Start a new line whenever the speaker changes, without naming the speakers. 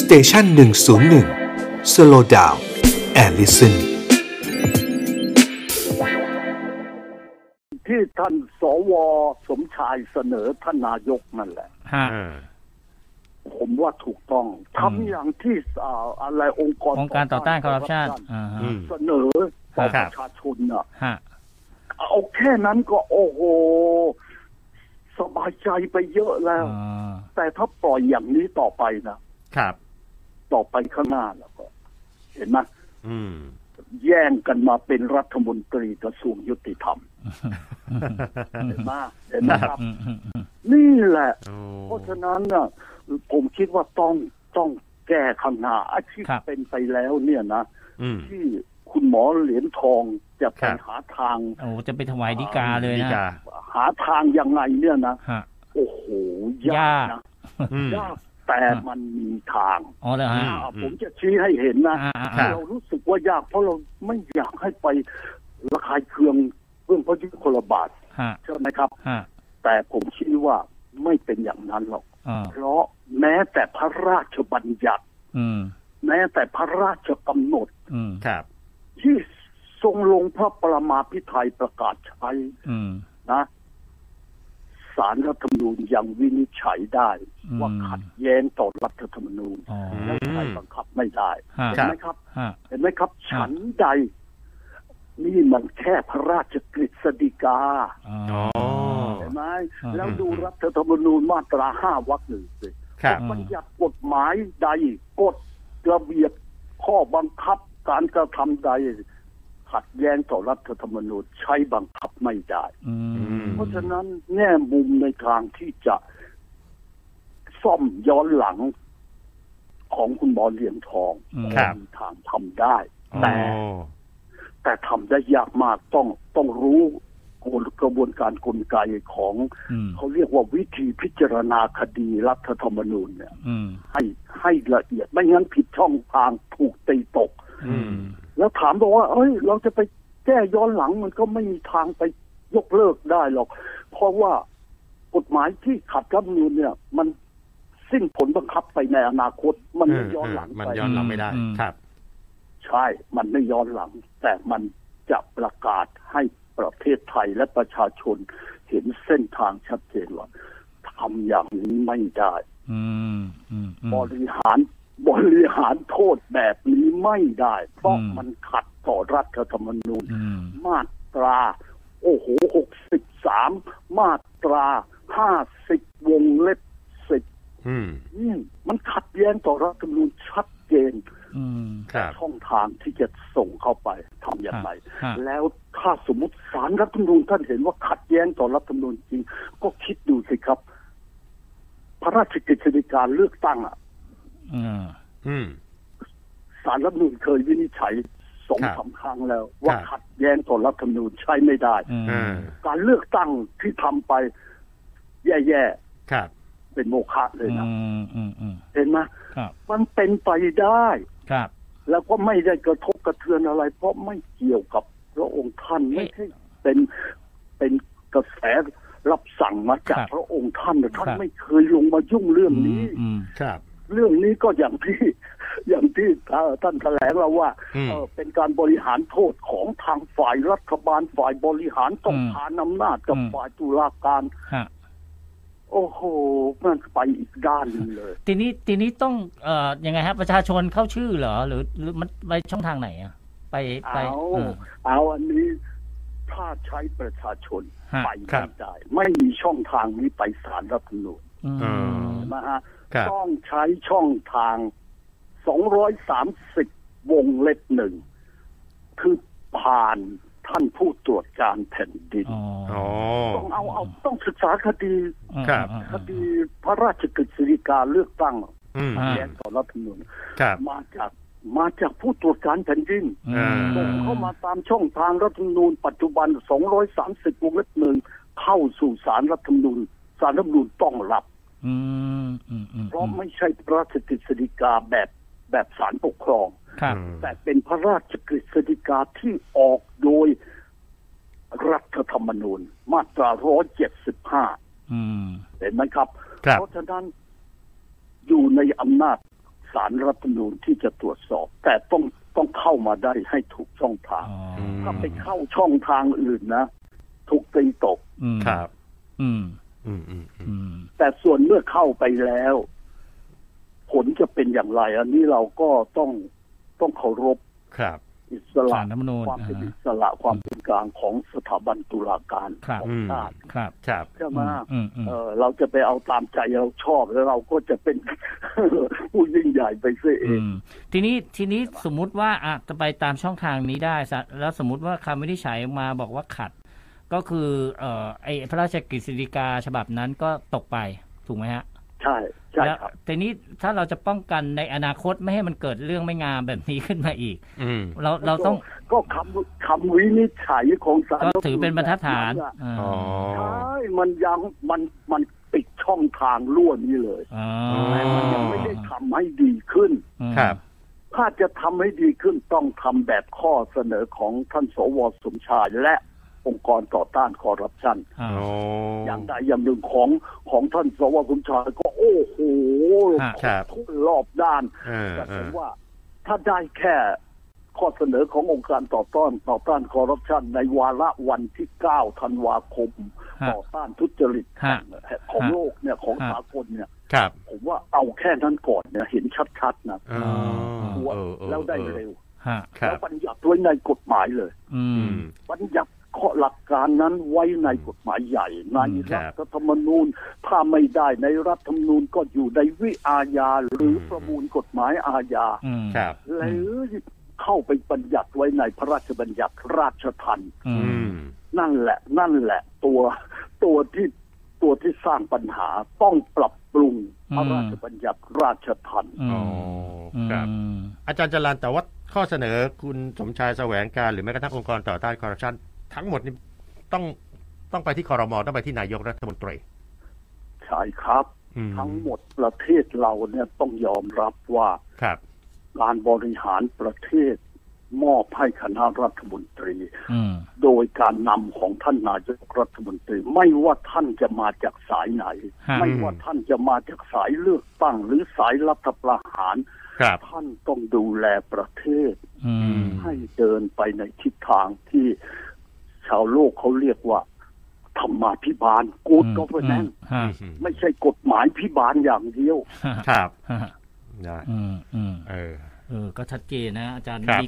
สเตชันหนึ่งศูนย์หนึ่งสโลดาวแอลลิสัน
ที่ท่านสวสมชายเสนอท่านนายกนั่นแหละ
ฮะ
อ่า
ผมว่าถูกต้องทำอย่างที่อ่าอะไรองค์กร
องค์การต่อต้านคอร์รัปชัน
คอ
อ่า
อื
ฮะ
ม
เสนอต่อ
ค
ป
รับ
ระชาชนอ่ะ
ฮะ
เอาแค่นั้นก็โอ้โห สบายใจไปเยอะแล้ว
อ่า
แต่ถ้าปล่อยอย่างนี้ต่อไปนะ
ครับ
ต่อไปข้างหน้าแล้วก็ เห็นไหม
อืม
แย่งกันมาเป็นรัฐมนตรีกระทรวงยุติธ รรมเห็นไหมเห็นไหมครับ
อืมอืมอืม
นี่แหละ
โอ้
เพราะฉะนั้นน่ะผมคิดว่าต้องต้องแก้ข้างหน้าอาชีพ
ครับ
เป็นไปแล้วเนี่ยนะ
อืม
ที่คุณหมอเหรียญทองจะไป
ครับ
หาทาง
โอ้จะไปถวายดีกาเลย
ดี
นะ
กา
หาทางยังไงเนี่ยนะ
ฮะ
โอ้โห ยากนะ
อืม
ยากแต่มันมีทาง
อ๋อเหรอฮะ
อ่า
อืม
ผมจะชี้ให้เห็นนะ
อ่าอ่า
ค
อ่า
บ
เรารู้สึกว่ายาก เพราะเราไม่อยากให้ไประคายเคืองเรื่องพระยุคลบาท
ฮะ
ใช่ไหมครับ
ฮะ
แต่ผมคิดว่าไม่เป็นอย่างนั้นหรอก
อ่า
เพราะแม้แต่พระราชบัญญัติ
อืม
แม้แต่พระราชกำหนด
อืม
ครับ
ที่ทรงลงพระประมาพิไธยประกาศใช้
อืม
นะสารรัฐธรรมนูญยังวินิจฉัยได้
อืม
ว่าขัดแย้งต่อรัฐธรรมนูญ
อ๋อ
ม
และใครบังคับไม่ได้
ฮะ
เห็นไหมครับ
ฮะ
เห็นไหมครับ ฉันใด นี่มันแค่พระราชกฤษฎีกา
อ๋อ
อ๋อ
เห็นไหม
อ่า
แล้วดูรัฐธรรมนูญมาตราห้าวรรคหนึ่งสิ
ครับ
บัญญัติกฎหมายใดกฎระเบียบข้อบังคับการกระทำใด ขัดแย้งต่อรัฐธรรมนูญใช้บังคับไม่ได้
อืม
เพราะฉะนั้นแง่มุมในทางที่จะซ่อมย้อนหลังของคุณหมอเหรียญทอง
อืม
ครับ
มีทางทำได้
อ๋อ
แต่แต่ทำได้ยากมากต้องต้องรู้กระบวนการกลไกของ
อืม
เขาเรียกว่าวิธีพิจารณาคดีรัฐธรรมนูญเนี่ย
อืม
ให้ให้ละเอียดไม่งั้นผิดช่องทางถูกตีตก
อืม
แล้วถามบอกว่า เอ้ย เราจะไปแก้ย้อนหลังมันก็ไม่มีทางไปยกเลิกได้หรอก เพราะว่ากฎหมายที่ขัดรัฐธรรมนูญเนี่ย มันสิ้นผลบังคับไปในอนาคต มันไม่ย้อนหลัง
มัน
ไป
ย้อนหลังไม่ได้
อืม
ครับ
ใช่ มันไม่ย้อนหลัง แต่มันจะประกาศให้ประเทศไทยและประชาชนเห็นเส้นทางชัดเจนว่าทำอย่างนี้ไม่ได้
อืม อืม อืม
บริหารบริหารโทษแบบนี้ไม่ได้ เพราะ
อืม
มันขัดต่อรัฐธรรมนูญ
อืม
มาตรา โอ้โหหกสิบสามมาตราห้าสิบวงเล็บสิบ
อืม
นี่มันขัดแย้งต่อรัฐธรรมนูญชัดเจน
อืม
ครับ
ช่องทางที่จะส่งเข้าไปทำอย่างไร
ฮะ
แล้วถ้าสมมติสารรัฐธรรมนูญท่านเห็นว่าขัดแย้งต่อรัฐธรรมนูญจริง ก็คิดดูสิครับ พระราชกิจการเลือกตั้งอะ
อืม
อืม
สารรัฐธรรมนูญเคยวินิจฉัยสอง
ครับ
สามครั้งแล้ว ว่า
ครับ
ขัดแย้งต่อรัฐธรรมนูญใช้ไม่ได้
อื
อ่าม
การเลือกตั้งที่ทำไป แย่
ครับ
ๆ เป็นโมฆะเลยนะ
อืม อืม อืม
เห็นไหม
ครับ
มันเป็นไปได้
ครับ
แล้วก็ไม่ได้กระทบกระเทือนอะไร เพราะไม่เกี่ยวกับพระองค์ท่าน
เอ๊ะ
ไม่ใช่เป็นเป็นกระแสรับสั่งมาจาก
ครับ
พระองค์ท่านนะท่าน
ครับ
ไม่เคยลงมายุ่งเรื่องนี้
อืม
ครับ
เรื่องนี้ก็อย่างที่ อย่างที่ท่าท่านแถลงแล้วว่า
อืม
เอ่อเป็นการบริหารโทษของทางฝ่ายรัฐบาลฝ่ายบริหารต้อง
อืม
ผานอำนาจกับ
อืม
ฝ่ายตุลาการ
ฮะ
โอ้โห มันไปอีกด้านหนึงเลย
ทีนี้ทีนี้ต้องเอ่อยังไงฮะประชาชนเข้าชื่อเหรอ หรือหรือมันไปช่องทางไหนอ่ะ ไปไป
เอา
เออ
เอาอันนี้ถ้าใช้ประชาชน
ฮะ
ไป
ครั
ไม่
บ
ได้ ไม่มีช่องทางนี้ไปสารรัฐธรรมนูญ
อืม
เออ
นะฮะ
ครับ
ต้องใช้ช่องทาง 230 วงเล็บหนึ่ง คือผ่านท่านผู้ตรวจการแผ่นดิน
อ๋อ
อ๋อ
ต้องเอาเอาต้องศึกษาคดี
อืม
ครับ
อืม
ค
อืม
ดีพระราชกฤษฎีกาเลือกตั้ง
อืม
อ่า
แย้งต่อรัฐธรรมนูญ
ครับ
มาจากมาจากผู้ตรวจการแผ่นดิน
อืม
ส่งเข้ามาตามช่องทางรัฐธรรมนูญปัจจุบัน 230 วงเล็บหนึ่งเข้าสู่สารรัฐธรรมนูญสารรัฐธรรมนูญต้องรับ
อืมอืมอืม
เพราะไม่ใช่พระราชกฤษฎีกาแบบแบบสารปกครอง
ครับ
แต่เป็นพระราชกฤษฎีกาที่ออกโดยรัฐธรรมนูญ มาตรา 175
อืม
เห็นไหมครับ
ครับ
เพราะฉะนั้นอยู่ในอำนาจ สารรัฐธรรมนูญที่จะตรวจสอบ แต่ต้องต้องเข้ามาได้ให้ถูกช่องทาง
อ๋อ
ถ้าไปเข้าช่องทางอื่นนะถูกตีตก
อืม
ครับ
อืม
อืมอืมอืม
อืม
แต่ส่วนเมื่อเข้าไปแล้ว ผลจะเป็นอย่างไร อันนี้เราก็ต้องต้องเคารพ
ครับ
อิสระ
ศาลรัฐธรรมนูญ
ความเป็น
อ่า
อิสระความเป็นกลางของสถาบันตุลาการ
ครับ
ของชาติ
ครับ
ครับ
ใช่ไหม
อืมอืม
เออเราจะไปเอาตามใจเราชอบแล้วเราก็จะเป็น ผู้ยิ่งใหญ่ไปเสียเอ
อื
ง
มทีนี้ทีนี้สมมุติว่าอ่ะจะไปตามช่องทางนี้ได้สะแล้วสมมุติว่าคำวินิจฉัยออกมาบอกว่าขัด ก็คือเอ่อไอพระราชกฤษฎีกาฉบับนั้นก็ตกไปถูกไหมฮะ
ใช่ใช่
แล้ว
ครับ
ทีนี้ถ้าเราจะป้องกันในอนาคตไม่ให้มันเกิดเรื่องไม่งามแบบนี้ขึ้นมาอีก
อืม
เราเราต้อง
ก็คำคำวินิจฉัยของศาล
ก็ถือเป็นบรรทัดฐาน
อะ
อ่า
อ๋อ
ใช่มันยังมันมันปิดช่องทางรั่วนี้เลย
อ๋อ
มันยังไม่ได้ทำให้ดีขึ้น
อืม
ครับ
ถ้าจะทำให้ดีขึ้นต้องทำแบบข้อเสนอของท่านสวสมชายและองค์กรต่อต้านคอร์รัปชัน
อ๋อ
โอ้
อย่างใดอย่างหนึ่งของของท่านสวสมชายก็โอ้โห
อ่า
ครับ
ทุกรอบด้าน
เออ
แต่
เอ
ผม
อ
ว่าถ้าได้แค่ข้อเสนอขององค์การต่อต้านต่อต้านคอร์รัปชันในวาระวันที่9ธันวาคม
ฮะ
ต่อต้านทุจริต
ฮะ
ของ
ฮะ
โลกเนี่ยของ
ฮะ
สากลเนี่ย
ครับ
ผมว่าเอาแค่นั้นก่อนเนี่ยเห็นชัดๆนะ
เออ
ชัวร์
เออเออ
แล้วได้เร็ว
ฮะ
ครั
แล้
บ
วบัญญัติไว้ในกฎหมายเลย
อื
อื
ม
ม
บัญญัติข้อหลักการนั้นไว้ในกฎหมายใหญ่ใน
อืม
ค
รั
รั
บ ฐธรรมนูญ ถ้าไม่ได้ในรัฐธรรมนูญก็อยู่ในวิอาญาหรือประมวลกฎหมายอาญา
อืม
ครับ
หรือเข้าไปบัญญัติไว้ในพระราชบัญญัติราชทัณฑ์
อื
อื
ม
ม
นั่นแหละ นั่นแหละ ตัวตัวที่ตัวที่สร้างปัญหาต้องปรับปรุงพระราชบัญญัติราชทัณฑ์
ม
อ๋อครับ
อืม
อาจารย์จรันแต่ว่าข้อเสนอคุณสมชายแสวงการหรือแม้กระทั่งองค์กรต่อต้านคอร์รัปชันทั้งหมดนี่ต้องต้องไปที่คอรมอต้องไปที่นายกรัฐมนตรี
ใช่ครับ
อื
ทั้งหมดประเทศเราเนี่ยต้องยอมรับว่า
ครับ
การบริหารประเทศมอบให้คณะรัฐมนตรี
อืม
โดยการนำของท่านนายกรัฐมนตรี ไม่ว่าท่านจะมาจากสายไหน
ฮะ
ไม่ว่าท่านจะมาจากสายเลือกตั้งหรือสายรัฐประหาร
ครับ
ท่านต้องดูแลประเทศ
อืม
ให้เดินไปในทิศทางที่ชาวโลกเขาเรียกว่า ธรรมาภิบาล กูดก็เพราะนั้น
ฮะ
ไม่ใช่กฎหมายพิบาลอย่างเดียว
ฮะ
ครับ
ฮะ
ได้
อืมอืม
เออ
เออ ก็ชัดเจนนะ อาจารย์
ครับ
มี